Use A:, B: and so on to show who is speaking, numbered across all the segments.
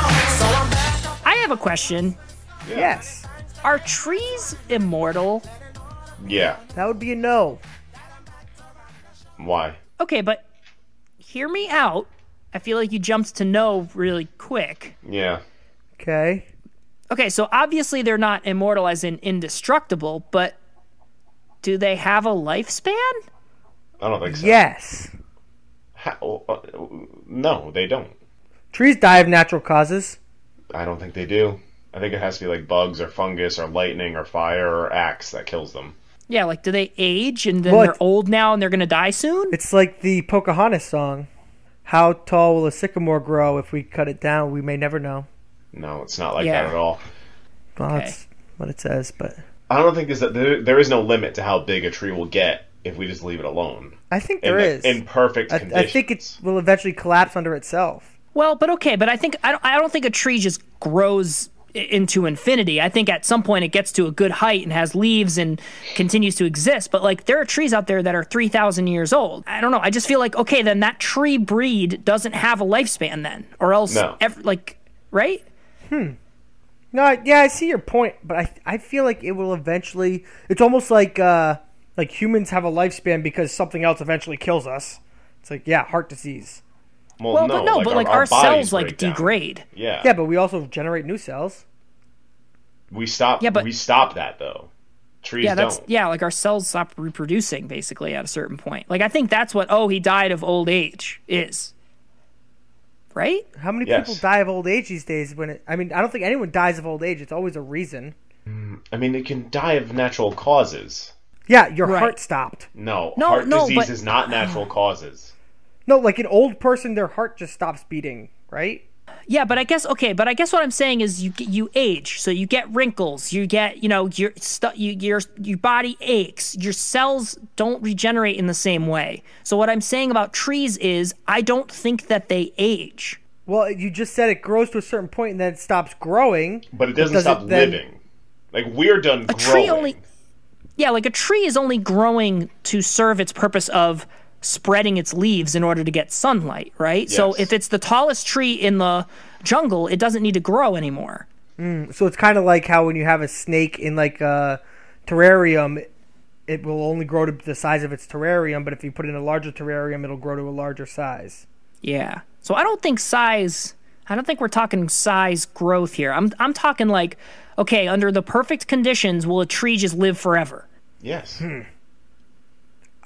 A: I have a question.
B: Yes.
A: Are trees immortal?
C: Yeah.
B: That would be a no.
C: Why?
A: Okay, but hear me out. I feel like you jumped to no really quick.
C: Yeah.
B: Okay.
A: Okay, so obviously they're not immortal as in indestructible, but do they have a lifespan?
C: I don't think so.
B: Yes.
C: How- uh, no, they don't.
B: Trees die of natural causes.
C: I don't think they do. I think it has to be like bugs or fungus or lightning or fire or axe that kills them.
A: Yeah, like do they age and then
B: Well,
A: they're
B: it-
A: old now and they're gonna die soon?
B: It's like the Pocahontas song. How tall will a sycamore grow if we cut it down? We may never know.
C: No, it's not like
A: Yeah.
C: that at all.
B: Well,
A: Okay.
B: that's what it says, but
C: I don't think there's that there, there is no limit to how big a tree will get if we just leave it alone.
B: I think
C: In
B: there
C: the-
B: is.
C: in perfect
B: I,
C: condition.
B: I think it will eventually collapse under itself.
A: Well, but okay, but I think I don't, I don't think a tree just grows i- into infinity. I think at some point it gets to a good height and has leaves and continues to exist. But like there are trees out there that are 3000 years old. I don't know. I just feel like okay, then that tree breed doesn't have a lifespan then or else
C: No.
A: ev- like right?
B: No, I- yeah, I see your point, but I I feel like it will eventually. It's almost like uh like humans have a lifespan because something else eventually kills us. It's like yeah, heart disease.
C: Well,
A: Well, but no, but like our,
C: bodies
A: cells like
C: break down.
A: degrade.
C: Yeah.
B: Yeah, but we also generate new cells.
C: We stop.
A: Yeah, but-
C: we stop that though. Trees
A: Yeah, that's
C: don't.
A: yeah, like our cells stop reproducing basically at a certain point. Like I think that's what oh, he died of old age is. Right?
B: How many
C: Yes.
B: people die of old age these days? When it, I mean, I don't think anyone dies of old age. It's always a reason.
C: I mean, it can die of natural causes.
B: Yeah, your
A: Right.
B: heart stopped.
C: No,
A: No,
C: heart
A: no,
C: disease
A: but-
C: is not natural causes.
B: No, like an old person, their heart just stops beating. Right?
A: Yeah, but I guess okay, but I guess what I'm saying is you get- you age, so you get wrinkles, you get you know your stu- you, your your body aches, your cells don't regenerate in the same way. So what I'm saying about trees is I don't think that they age.
B: Well, you just said it grows to a certain point and then it stops growing.
C: But it doesn't
B: does
C: stop
B: it then-
C: living. Like we're done growing.
A: tree only- Yeah, like a tree is only growing to serve its purpose of spreading its leaves in order to get sunlight, right? So
C: Yes.
A: if it's the tallest tree in the jungle, it doesn't need to grow anymore.
B: So it's kind of like how when you have a snake in like a terrarium, it will only grow to the size of its terrarium. But if you put it in a larger terrarium, it'll grow to a larger size.
A: Yeah. So I don't think size. I don't think we're talking size growth here. I'm I'm talking like, okay, under the perfect conditions, will a tree just live forever?
C: Yes.
A: Hmm.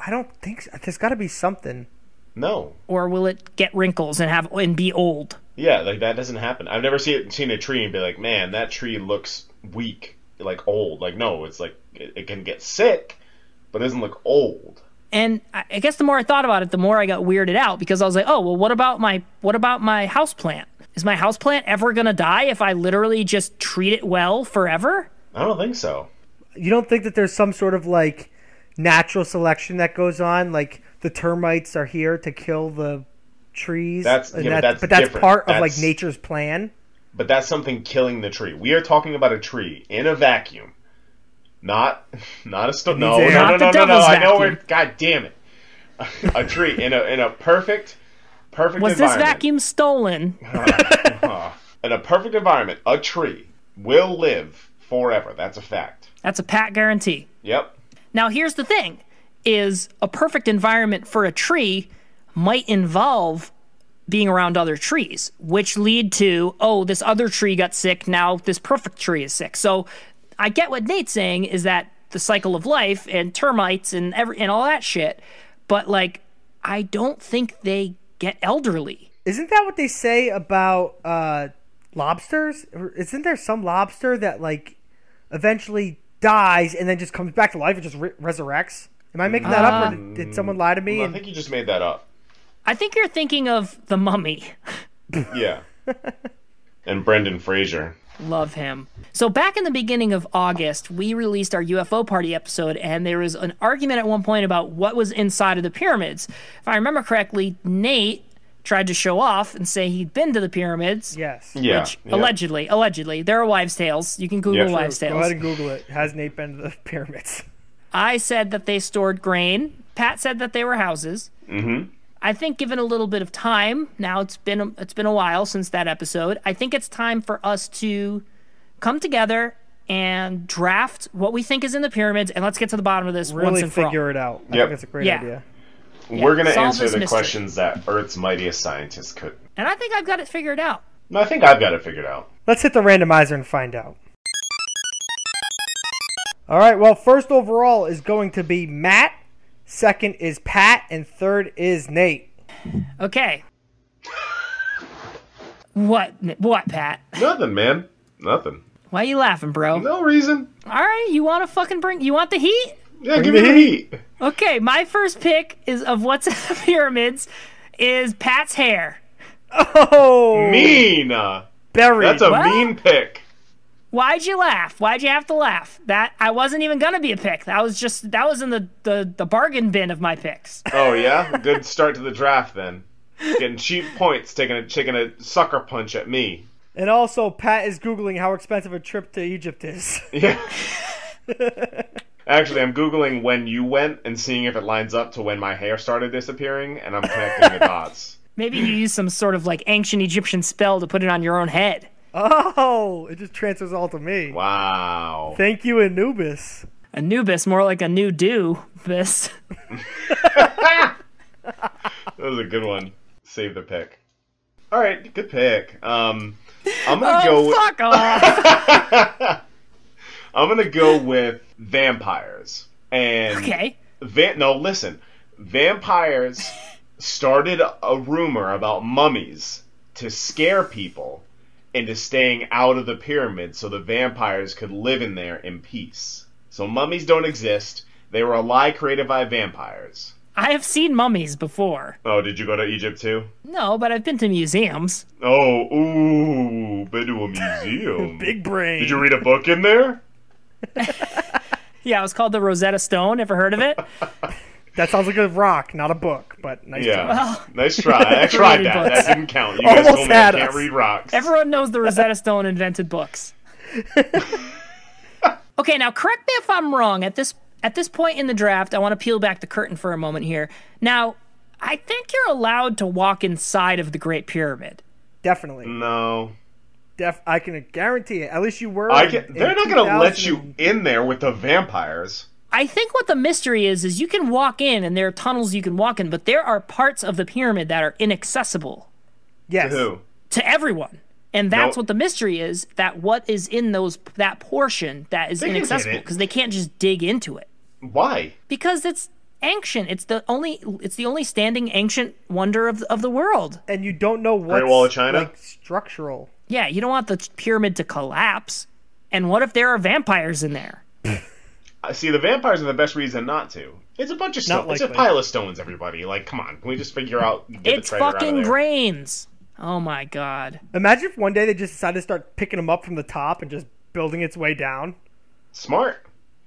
B: I don't think so. there's got to be something.
C: No.
A: Or will it get wrinkles and have and be old?
C: Yeah, like that doesn't happen. I've never seen seen a tree and be like, man, that tree looks weak, like old. Like no, it's like it, it can get sick, but it doesn't look old.
A: And I I guess the more I thought about it, the more I got weirded out because I was like, oh well, what about my what about my house plant? Is my house plant ever gonna die if I literally just treat it well forever?
C: I don't think so.
B: You don't think that there's some sort of like natural selection that goes on? Like the termites are here to kill the trees.
C: That's-
B: and
C: yeah, but that's
B: but that's
C: different.
B: part of like
C: That's-
B: nature's plan.
C: But that's something killing the tree. We are talking about a tree in a vacuum, not not a stone. No, no,
B: air.
C: no,
A: Not the
C: no, no, no.
A: devil's
C: I know we're.
A: vacuum.
C: God damn it! a tree in a in a perfect perfect
A: Was this
C: environment. Uh-huh.
A: vacuum stolen?
C: in a perfect environment, a tree will live forever. That's a fact.
A: That's a pat guarantee.
C: Yep.
A: Now here's the thing is a perfect environment for a tree might involve being around other trees, which lead to, oh, this other tree got sick, now this perfect tree is sick. So I get what Nate's saying is that the cycle of life and termites and every and all that shit, but like I don't think they get elderly.
B: Isn't that what they say about uh, lobsters? Or Isn't there some lobster that like eventually dies and then just comes back to life and just re- resurrects. Am I making that up, or did, did someone lie to me?
C: Um, I
B: and-
C: think you just made that up.
A: I think you're thinking of the mummy.
C: Yeah. and Brendan Fraser.
A: Love him. So back in the beginning of August, we released our UFO party episode, and there was an argument at one point about what was inside of the pyramids. If I remember correctly, Nate tried to show off and say he'd been to the pyramids.
B: yes.
C: Yeah.
A: Which,
C: yeah.
A: allegedly, allegedly, there are wives' tales. You can Google
C: Yeah.
A: wives'
B: Go ahead
A: tales.
B: and Google it. Has Nate been to the pyramids?
A: I said that they stored grain. Pat said that they were houses. Mm-hmm. I think, given a little bit of time, now it's been a, it's been a while since that episode. I think it's time for us to come together and draft what we think is in the pyramids, and let's get to the bottom of this once
B: Really
A: and for all.
B: figure it out. I
C: Yep.
B: think that's a great
A: Yeah.
B: idea.
C: We're going to
A: Solve
C: answer
A: this
C: the
A: mystery.
C: questions that Earth's mightiest scientists couldn't.
A: And I think I've got it figured out.
C: No, I think I've got it figured out.
B: Let's hit the randomizer and find out. All right. Well, first overall is going to be Matt. Second is Pat, and third is Nate.
A: Okay. what? What, Pat?
C: Nothing, man. Nothing.
A: Why you laughing, bro?
C: No reason.
A: All right, you want to fucking bring? You want the heat?
C: Yeah, give me the heat.
A: Okay, my first pick is of what's in the pyramids is Pat's hair.
B: Oh,
C: Mean. uh,
B: buried.
C: That's a
A: What?
C: mean pick.
A: Why'd you laugh? Why'd you have to laugh? That I wasn't even gonna be a pick. That was just that was in the the, the bargain bin of my picks.
C: Oh yeah, good start to the draft then. Getting cheap points, taking a taking a sucker punch at me.
B: and also, Pat is googling how expensive a trip to Egypt is.
C: Yeah. Actually, I'm googling when you went and seeing if it lines up to when my hair started disappearing, and I'm connecting the dots.
A: Maybe you use some sort of like ancient Egyptian spell to put it on your own head.
B: oh, it just transfers all to me.
C: Wow.
B: Thank you, Anubis.
A: Anubis, more like a new do bis.
C: That was a good one. Save the pick. All right, good pick. Um, I'm gonna go.
A: Oh fuck off.
C: I'm gonna go with vampires. And
A: Okay.
C: Va- no, listen. Vampires started a rumor about mummies to scare people into staying out of the pyramid so the vampires could live in there in peace. So mummies don't exist. They were a lie created by vampires.
A: I have seen mummies before.
C: Oh, did you go to Egypt too?
A: No, but I've been to museums.
C: Oh, ooh, been to a museum.
B: Big brain.
C: Did you read a book in there?
A: Yeah, it was called the Rosetta Stone. Ever heard of it?
B: that sounds like a rock, not a book, but nice.
C: Yeah.
B: try.
C: nice try. I tried
A: reading
C: that.
A: books.
C: That didn't count. You guys
B: Almost
C: told me I
B: had
C: can't
B: us.
C: read rocks.
A: Everyone knows the Rosetta Stone invented books. okay, now correct me if I'm wrong. At this at this point in the draft, I want to peel back the curtain for a moment here. Now, I think you're allowed to walk inside of the Great Pyramid.
B: Definitely.
C: Mm. no.
B: Def- I can guarantee it. At least you were.
C: I
B: in-
C: can,
B: in
C: they're not going to let
B: 2000
C: you in there with the vampires.
A: I think what the mystery is is you can walk in and there are tunnels you can walk in, but there are parts of the pyramid that are inaccessible
B: Yes.
C: Who?
A: to everyone. And that's
C: No.
A: what the mystery is, that what is in those that portion that is
C: can get
A: inaccessible
C: it.
A: because they can't just dig into it.
C: Why?
A: because it's ancient. It's the only it's the only standing ancient wonder of of the world.
B: And you don't know what's
C: Wall of China?
B: like structural.
A: Yeah, you don't want the pyramid to collapse. And what if there are vampires in there?
C: I See, the vampires are the best reason not to. It's a bunch of
B: Not
C: stones. It's a
B: likely.
C: pile of stones, everybody. Like, come on. Can we just figure out? Get
A: it's
C: the treasure out of
A: fucking
C: there?
A: grains. Oh my god.
B: Imagine if one day they just decided to start picking them up from the top and just building its way down.
C: Smart.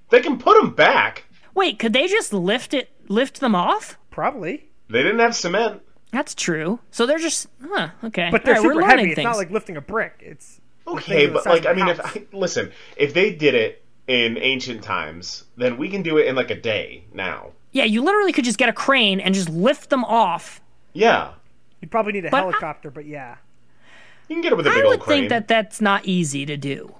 C: They can put them back.
A: Wait, could they just lift it lift them off?
B: Probably.
C: They didn't have cement.
A: That's true. So they're just huh, okay.
B: But they're
A: All right,
B: super
A: we're
B: heavy.
A: learning
B: It's
A: things.
B: not like lifting a brick. It's
C: Okay,
B: the
C: but
B: size
C: like, I
B: of a
C: mean, if
B: house.
C: I, listen, if they did it in ancient times, then we can do it in like a day now.
A: yeah, you literally could just get a crane and just lift them off.
C: Yeah,
B: you'd probably need a
A: But I-
B: helicopter, but yeah.
C: you can get it with a big
A: I
C: old
A: would
C: crane.
A: think that that's not easy to do.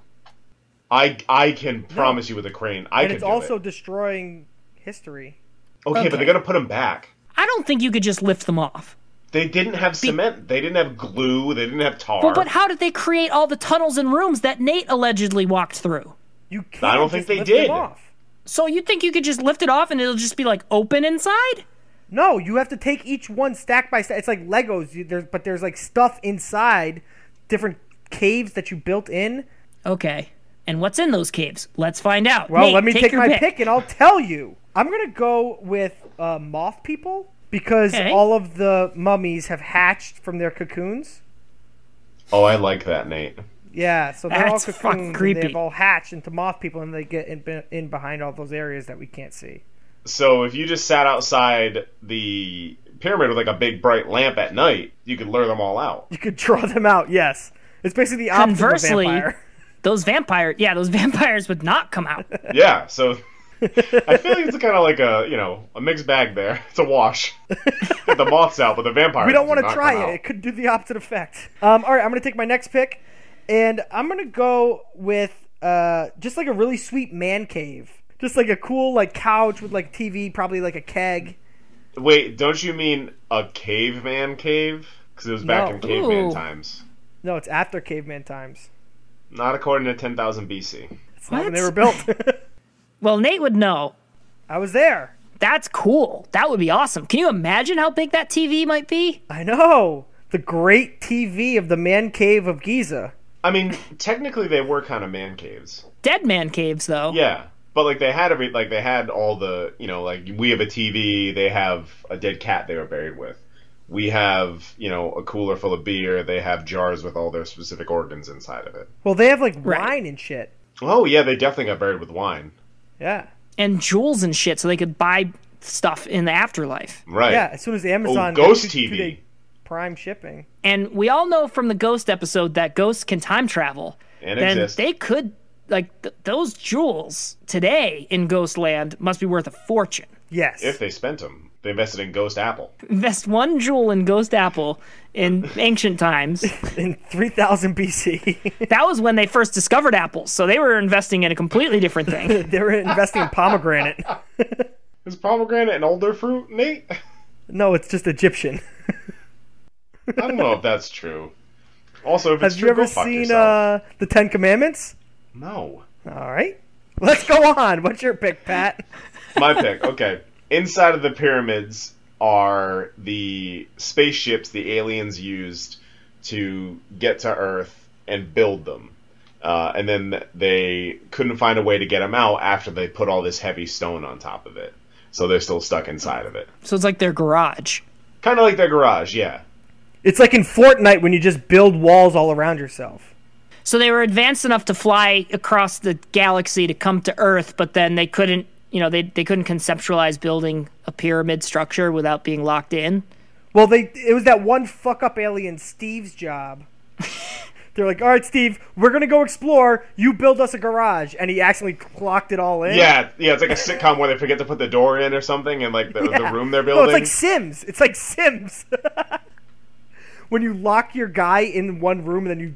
C: I I can promise you with a crane, I
B: And
C: can
B: it's
C: do
B: also
C: it.
B: destroying history.
C: Okay, but
A: Okay.
C: they're gonna put them back.
A: I don't think you could just lift them off.
C: They didn't have cement. They didn't have glue. They didn't have tar.
A: Well, but how did they create all the tunnels and rooms that Nate allegedly walked through?
B: You can't
C: I don't think
B: just
C: they
B: lift them
C: did.
B: off.
A: So you think you could just lift it off and it'll just be like open inside?
B: No, you have to take each one stack by stack. It's like Legos, you, there's, but there's like stuff inside different caves that you built in.
A: Okay. And what's in those caves? Let's find out.
B: Well,
A: Nate,
B: let me take,
A: your
B: my pick.
A: pick.
B: and I'll tell you. I'm gonna go with uh, moth people because
A: Okay.
B: all of the mummies have hatched from their cocoons.
C: Oh, I like that, Nate.
B: Yeah, so they're
A: That's fucking
B: all cocooned. and
A: creepy.
B: They've all hatched into moth people, and they get in, be- in behind all those areas that we can't see.
C: So if you just sat outside the pyramid with like a big bright lamp at night, you could lure them all out.
B: You could draw them out. Yes, it's basically the opposite
A: Conversely-
B: of a vampire.
A: Those vampires, yeah, those vampires would not come out.
C: Yeah, so I feel like it's kind of like a you know a mixed bag there. It's a wash. Get the moths out, but the vampires.
B: We don't
C: do
B: want to
C: not
B: try
C: come
B: it.
C: out.
B: It could do the opposite effect. Um, all right, I'm going to take my next pick, and I'm going to go with uh, just like a really sweet man cave, just like a cool like couch with like TV, probably like a keg.
C: Wait, don't you mean a caveman cave? Because it was back
B: No.
C: in caveman
A: Ooh.
C: times.
B: No, it's after caveman times.
C: Not according to 10,000 BC.
B: It's not when
A: What?
B: they were built.
A: Well, Nate would know.
B: I was there.
A: That's cool. That would be awesome. Can you imagine how big that TV might be?
B: I know the great TV of the man cave of Giza.
C: I mean, technically they were kind of man caves.
A: Dead man caves, though.
C: Yeah, but like they had every like they had all the you know like we have a TV, they have a dead cat they were buried with. We have you know a cooler full of beer. They have jars with all their specific organs inside of it.
B: Well, they have like
A: Right.
B: wine and shit.
C: Oh yeah, they definitely got buried with wine.
B: Yeah.
A: And jewels and shit, so they could buy stuff in the afterlife.
C: Right.
B: Yeah, as soon as Amazon
C: Oh, Ghost
B: got
C: TV.
B: two-day prime shipping.
A: and we all know from the ghost episode that ghosts can time travel
C: And
A: then
C: exist.
A: they could like th- those jewels today in ghostland must be worth a fortune
B: Yes.
C: If they spent them, they invested in Ghost Apple.
A: invest one jewel in ghost apple in ancient times
B: in 3000 BC.
A: that was when they first discovered apples so they were investing in a completely different thing
B: they were investing in pomegranate.
C: Is pomegranate an older fruit, Nate?
B: No, it's just Egyptian.
C: I don't know if that's true. Also, if it's
B: Have
C: true,
B: you ever
C: go fuck
B: seen
C: yourself.
B: uh, the Ten Commandments?
C: No.
B: All right, let's go on. What's your pick, Pat?
C: My pick. Okay. Inside of the pyramids are the spaceships the aliens used to get to Earth and build them. Uh, and then they couldn't find a way to get them out after they put all this heavy stone on top of it. So they're still stuck inside of it.
A: so it's like their garage
C: Kind of like their garage, yeah.
B: It's like in Fortnite when you just build walls all around yourself.
A: so they were advanced enough to fly across the galaxy to come to earth but then they couldn't you know they, they couldn't conceptualize building a pyramid structure without being locked in
B: Well, they it was that one fuck up alien Steve's job. They're like, all right, Steve, we're gonna go explore. You build us a garage, and he accidentally clocked it all in.
C: Yeah, yeah, it's like a sitcom where they forget to put the door in or something and like the, the room they're building.
B: No, it's like Sims. It's like Sims. when you lock your guy in one room and then you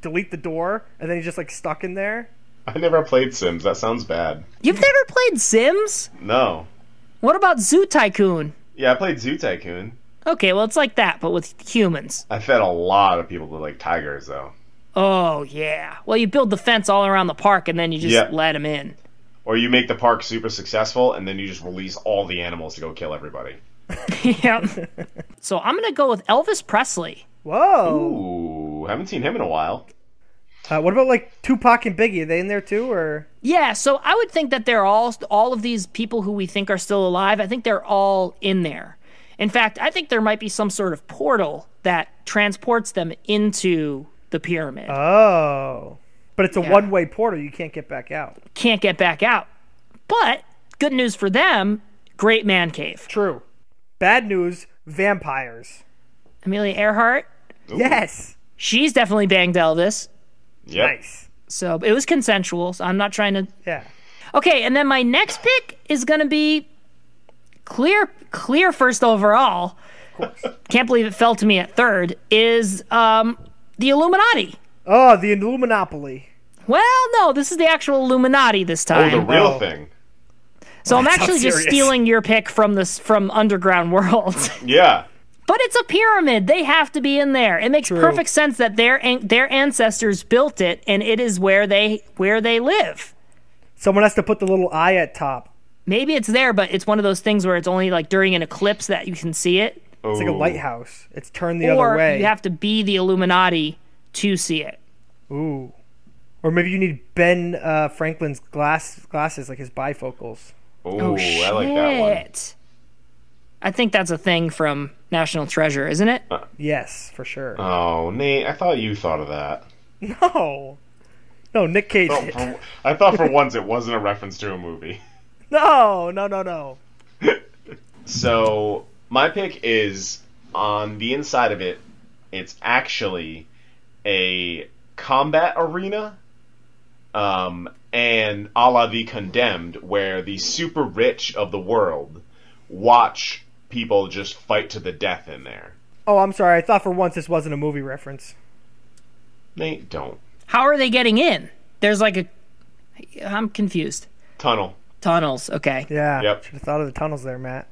B: delete the door and then he's just like stuck in there.
C: I never played Sims. That sounds bad.
A: You've never played Sims?
C: No.
A: What about Zoo Tycoon?
C: Yeah, I played Zoo Tycoon.
A: Okay, well, it's like that, but with humans.
C: I fed a lot of people to like tigers though.
A: Oh, yeah. Well, you build the fence all around the park and then you just
C: Yeah.
A: let them in.
C: Or you make the park super successful and then you just release all the animals to go kill everybody.
A: yep. So I'm going to go with Elvis Presley.
B: Whoa.
C: Ooh, haven't seen him in a while.
B: Uh, what about like Tupac and Biggie? Are they in there too, or
A: Yeah, so I would think that they're all, all of these people who we think are still alive, I think they're all in there. In fact, I think there might be some sort of portal that transports them into the pyramid.
B: oh? But it's a one-way portal. You can't get back out.
A: Can't get back out. But good news for them great man cave.
B: True. Bad news: vampires.
A: Amelia Earhart.
B: Yes.
A: She's definitely banged Elvis.
C: Yep.
B: Nice.
A: So it was consensual. So I'm not trying to.
B: Yeah.
A: Okay, and then my next pick is going to be clear, clear first overall. Can't believe it fell to me at third. Is um, the Illuminati?
B: Oh, the Illuminopoli.
A: Well, no, this is the actual Illuminati this
C: Oh, the
A: time.
C: real
B: no.
C: thing.
A: so I'm
B: That's not
A: actually just
B: serious.
A: stealing your pick from this from Underground World.
C: Yeah.
A: But it's a pyramid. They have to be in there. It makes perfect sense that their an- their ancestors built it, and it is where they where they live.
B: Someone has to put the little eye at top.
A: Maybe it's there, but it's one of those things where it's only like during an eclipse that you can see it,
B: It's like a lighthouse. It's turned the
A: or
B: other way.
A: you have to be the Illuminati to see it.
B: Ooh. Or maybe you need Ben uh, Franklin's glass glasses, like his bifocals.
C: Ooh,
A: Oh,
C: I like that one.
A: shit. I think that's a thing from National Treasure, isn't it?
B: Yes, for sure.
C: Oh, Nate, I thought you thought of that.
B: no, no, Nick Cage.
C: Oh,
B: did.
C: for- I thought for once it wasn't a reference to a movie.
B: No, no, no, no.
C: So my pick is on the inside of it. It's actually a combat arena, um, and a la the Condemned, where the super rich of the world watch people just fight to the death in there.
B: Oh, I'm sorry. I thought for once this wasn't a movie reference.
C: They don't
A: How are they getting in? There's like a. I'm confused.
C: tunnel.
A: Tunnels. Okay.
B: Yeah.
C: Yep.
B: Should have thought of the tunnels there, Matt.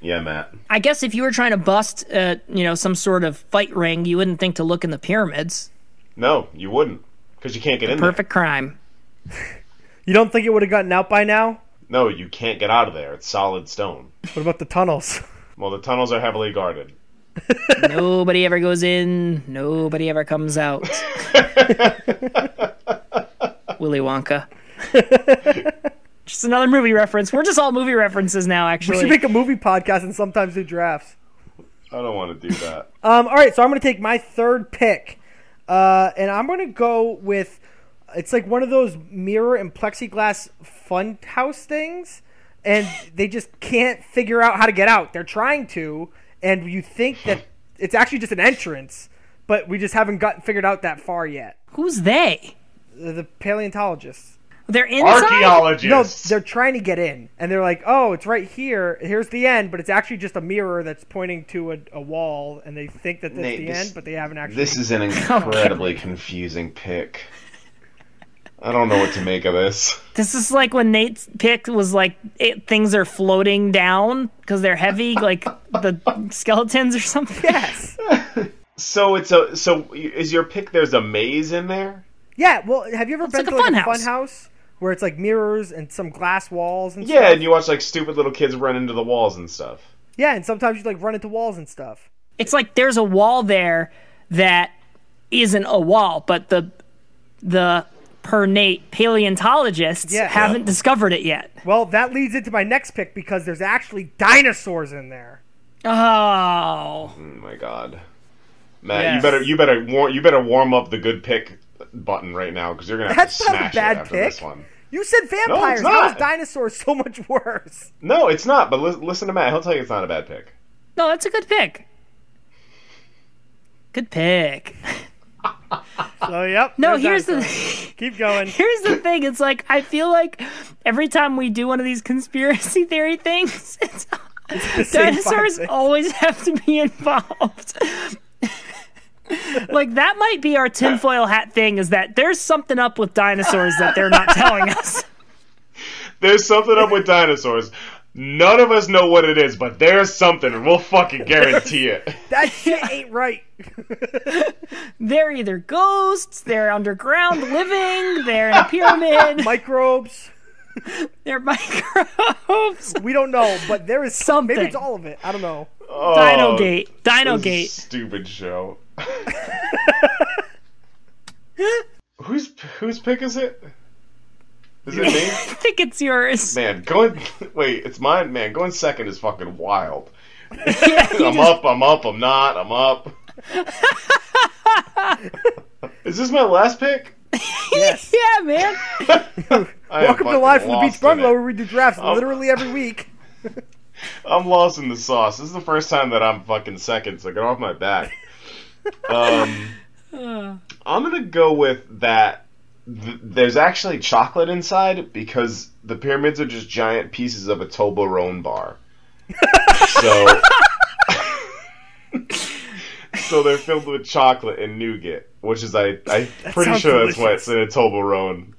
C: Yeah, Matt.
A: I guess if you were trying to bust, uh, you know, some sort of fight ring, you wouldn't think to look in the pyramids.
C: No, you wouldn't, because you can't get in
A: Perfect crime.
B: You don't think it would have gotten out by now?
C: there. No, you can't get out of there. It's solid stone.
B: What about the tunnels?
C: Well, the tunnels are heavily guarded.
A: Nobody ever goes in. Nobody ever comes out. Willy Wonka. just another movie reference. We're just all movie references now,
B: We should
A: actually.
B: make a movie podcast and sometimes do drafts.
C: I don't want to do that.
B: Um, all right, so I'm going to take my third pick, uh, and I'm going to go with it's like one of those mirror and plexiglass fun house things, and they just can't figure out how to get out. They're trying to, and you think that it's actually just an entrance, but we just haven't gotten figured out that far yet.
A: Who's they?
B: The, the paleontologists.
A: They're inside.
C: Archaeologists.
B: No, they're trying to get in, and they're like, "Oh, it's right here. Here's the end." But it's actually just a mirror that's pointing to a, a wall, and they think that that's
C: Nate,
B: the
C: this-
B: end, but they haven't actually.
C: This is an incredibly confusing pick. I don't know what to make of this.
A: This is like when Nate's pick was like it, things are floating down because they're heavy, like the skeletons or something.
B: Yes.
C: So it's a so is your pick? There's a maze in there.
B: Yeah. Well, have you ever been
A: like
B: to
A: a
B: like a
A: funhouse.
B: fun house where it's like mirrors and some glass walls and
C: Yeah,
B: stuff?
C: and you watch like stupid little kids run into the walls and stuff.
B: Yeah, and sometimes you like run into walls and stuff.
A: It's like there's a wall there that isn't a wall, but the the per Nate paleontologists
B: Yeah.
A: haven't discovered it yet.
B: Well, that leads into my next pick because there's actually dinosaurs in there.
A: Oh,
C: Oh my god, Matt, you
A: Yes.
C: better you better war- you better warm up the good pick button right now because you're gonna have
B: That's
C: to
B: not a
C: smash
B: bad
C: it after
B: pick.
C: this one.
B: You said vampires. How
C: not.
B: is dinosaurs so much worse?
C: No, it's not. But li- listen to Matt; he'll tell you it's not a bad pick.
A: no, that's a good pick. Good pick.
B: So Oh, yep.
A: No, here's
B: there's
A: the
B: dinosaurs. keep going.
A: here's the thing. It's like I feel like every time we do one of these conspiracy theory things, it's,
B: same five
A: dinosaurs
B: things.
A: always have to be involved. like that might be our tinfoil hat thing. Is that there's something up with dinosaurs that they're not telling us.
C: There's something up with dinosaurs. None of us know what it is, but there's something, and we'll fucking guarantee it.
B: That shit ain't right.
A: They're either ghosts, they're underground living, they're in a pyramid,
B: Microbes.
A: they're microbes.
B: We don't know, but there is
A: Something.
B: Maybe it's all of it. I don't know.
C: Oh,
A: Dino Gate. Dino
C: this is a
A: Gate.
C: Stupid show. whose whose pick is it? Is it
A: I
C: me?
A: think it's yours.
C: Man, going wait, it's mine. Man, going second is fucking wild.
A: Yeah, you
C: I'm
A: just-
C: up. I'm up. I'm not. I'm up. is this my last pick?
B: Yes.
A: yeah, man.
C: I am
B: Welcome to
C: fucking
B: Live from the
C: lost
B: Beach
C: in
B: Bungalow,
C: it. Oh.
B: where we do drafts literally every week.
C: I'm lost in the sauce. This is the first time that I'm fucking second, so get off my back. Um, I'm gonna go with that. Th- there's actually chocolate inside because the pyramids are just giant pieces of a Toblerone bar. so, so they're filled with chocolate and nougat, which is I I pretty
B: sounds
C: sure that's why it's
B: delicious.
C: in a Toblerone.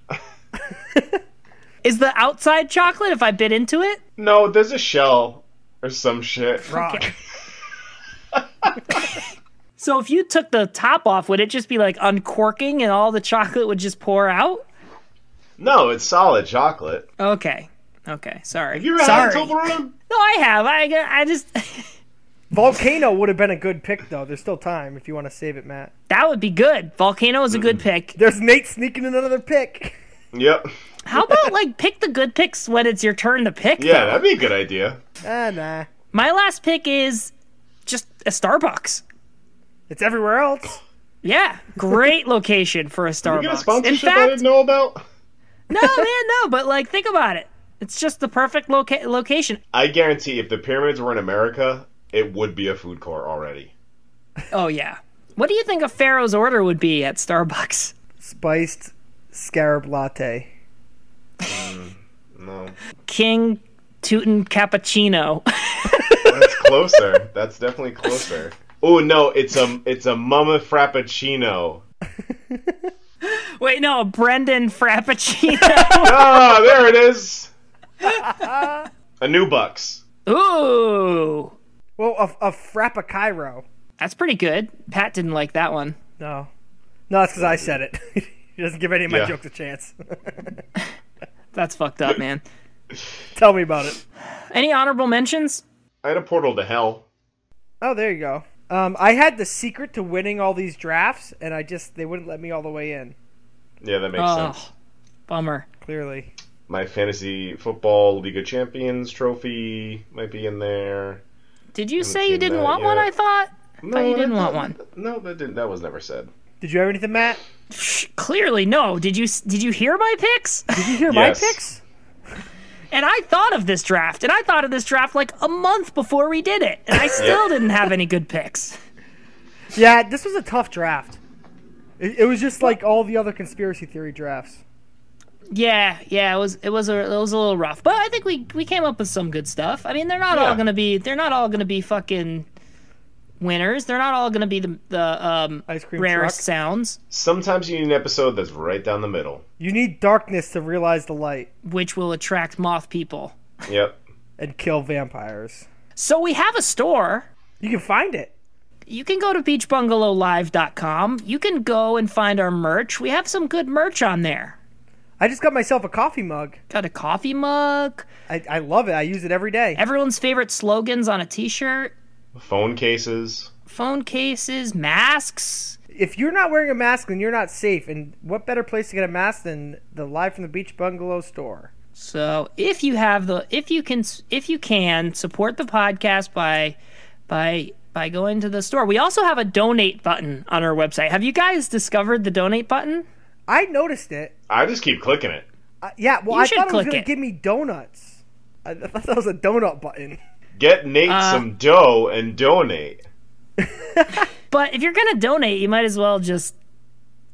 A: Is the outside chocolate if I bit into it?
C: No, there's a shell or some shit.
B: Rock.
A: So if you took the top off, would it just be like uncorking and all the chocolate would just pour out?
C: No, it's solid chocolate.
A: Okay. Okay. Sorry.
C: You ever
A: Sorry.
C: had a Toblerone?
A: no, I have. I I just
B: Volcano would have been a good pick though. There's still time if you want to save it, Matt.
A: That would be good. Volcano is a
C: Mm.
A: good pick.
B: There's Nate sneaking in another pick.
C: Yep.
A: How about like pick the good picks when it's your turn to pick?
C: Yeah,
A: though?
C: that'd be a good idea.
B: Ah, nah.
A: My last pick is just a Starbucks.
B: It's everywhere else.
A: Yeah, great location for a Starbucks.
C: You get a
A: In
C: sponsorship I
A: fact,
C: didn't know about.
A: no, man, no. But like, think about it. It's just the perfect loca- location.
C: I guarantee if the pyramids were in America, it would be a food court already.
A: Oh yeah. What do you think a Pharaoh's order would be at Starbucks?
B: Spiced scarab latte.
C: No,
A: King Teuton Cappuccino.
C: that's closer. that's definitely closer. Oh no, it's a it's a mama frappuccino.
A: Wait, no, Brendan Frappuccino.
C: Ah, there it is. a new bucks.
A: Ooh,
B: Well, a, a frappa Cairo.
A: that's pretty good. Pat didn't like that one.
B: No, no, that's because I said it. he doesn't give any of my
C: Yeah.
B: jokes a chance.
A: That's fucked up, man.
B: Tell me about it.
A: Any honorable mentions?
C: I had a portal to hell.
B: Oh, there you go. Um, I had the secret to winning all these drafts, and I just they wouldn't let me all the way in.
C: Yeah, that makes sense.
A: Oh, bummer.
B: Clearly,
C: My fantasy football League of Champions trophy might be in there.
A: Did you say you
C: seen
A: didn't
C: that
A: want one?
C: yet.
A: I thought.
C: No,
A: you
C: I
A: didn't want
C: thought-
A: one.
C: No, that didn't. That was never said.
B: did you have anything, Matt?
A: Psh, Clearly, no. Did you did you hear my picks?
B: Did you hear
C: Yes.
B: my picks?
A: and I thought of this draft, and I thought of this draft like a month before we did it, and I still didn't have any good picks.
B: Yeah, this was a tough draft. It, it was just like all the other conspiracy theory drafts.
A: Yeah, yeah, it was it was a it was a little rough, but I think we we came up with some good stuff. I mean, they're not all
C: Yeah.
A: gonna be they're not all gonna be fucking winners. They're not all gonna be the the um,
B: Ice cream
A: rarest
B: truck.
A: sounds,
C: Sometimes you need an episode that's right down the middle.
B: You need darkness to realize the light
A: which will attract moth people.
C: Yep.
B: and kill vampires.
A: So we have a store.
B: You can find it.
A: You can go to beachbungalowlive.com. You can go and find our merch. We have some good merch on there.
B: I just got myself a coffee mug.
A: Got a coffee mug,
B: I, I love it. I use it every day.
A: everyone's favorite slogans on a t-shirt,
C: Phone cases.
A: phone cases, masks.
B: If you're not wearing a mask, then you're not safe. And what better place to get a mask than the Live from the Beach Bungalow store?
A: So if you have the if you can if you can support the podcast by by by going to the store. We also have a donate button on our website. Have you guys discovered the donate button?
B: I noticed it.
C: I just keep clicking it.
B: Uh, yeah, well,
A: You
B: I
A: should
B: thought it was
A: click
B: going
A: it.
B: to give me donuts. I, I thought that was a donut button.
C: Get Nate some dough and donate.
A: But if you're going to donate, you might as well just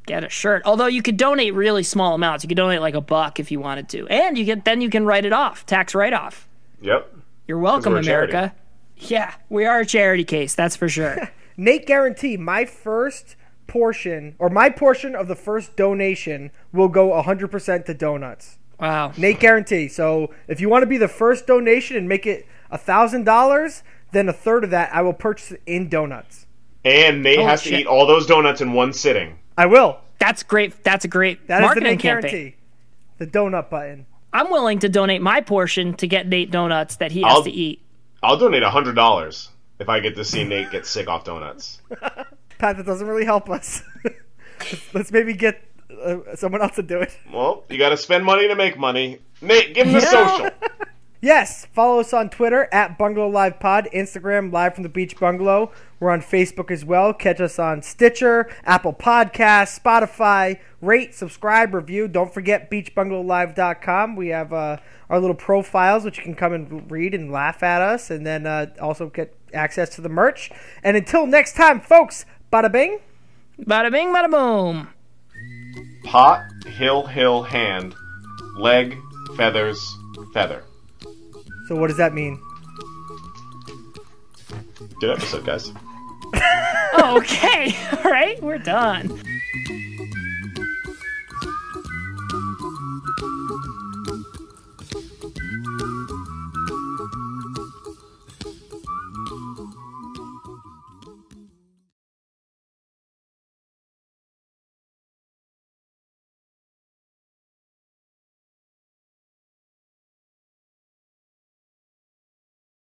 A: get a shirt. Although you could donate really small amounts. You could donate like a buck if you wanted to. And you get then you can write it off, tax write off.
C: Yep.
A: You're welcome
C: we're a charity.
A: America. Yeah, we are a charity case, that's for sure.
B: Nate guarantee my first portion or my portion of the first donation will go 100% to donuts.
A: wow.
B: Nate guarantee. So if you want to be the first donation and make it $1,000, then a third of that I will purchase it in donuts.
C: And Nate
A: Holy
C: has
A: shit.
C: to eat all those donuts in one sitting.
B: I will.
A: That's great. That's a great
B: That is the
A: marketing
B: Nate
A: campaign.
B: guarantee. The donut button.
A: I'm willing to donate my portion to get Nate donuts that he has
C: I'll-
A: to eat.
C: I'll donate hundred dollars if I get to see Nate get sick off donuts.
B: Pat, that doesn't really help us. Let's- Let's maybe get uh, someone else to do it.
C: Well, you got to spend money to make money. Nate, give him the social.
B: Yes, follow us on Twitter at Bungalow Live Pod, Instagram Live from the Beach Bungalow. We're on Facebook as well. Catch us on Stitcher, Apple Podcasts, Spotify. Rate, subscribe, review. Don't forget beachbungalowlive.com. We have uh, our little profiles, which you can come and read and laugh at us, and then uh, also get access to the merch. And until next time, folks, bada bing.
A: Bada bing, bada boom.
C: Pot, hill, hill, hand, leg, feathers, feather.
B: So, what does that mean?
C: Good episode, guys.
A: Oh, okay. All right, we're done.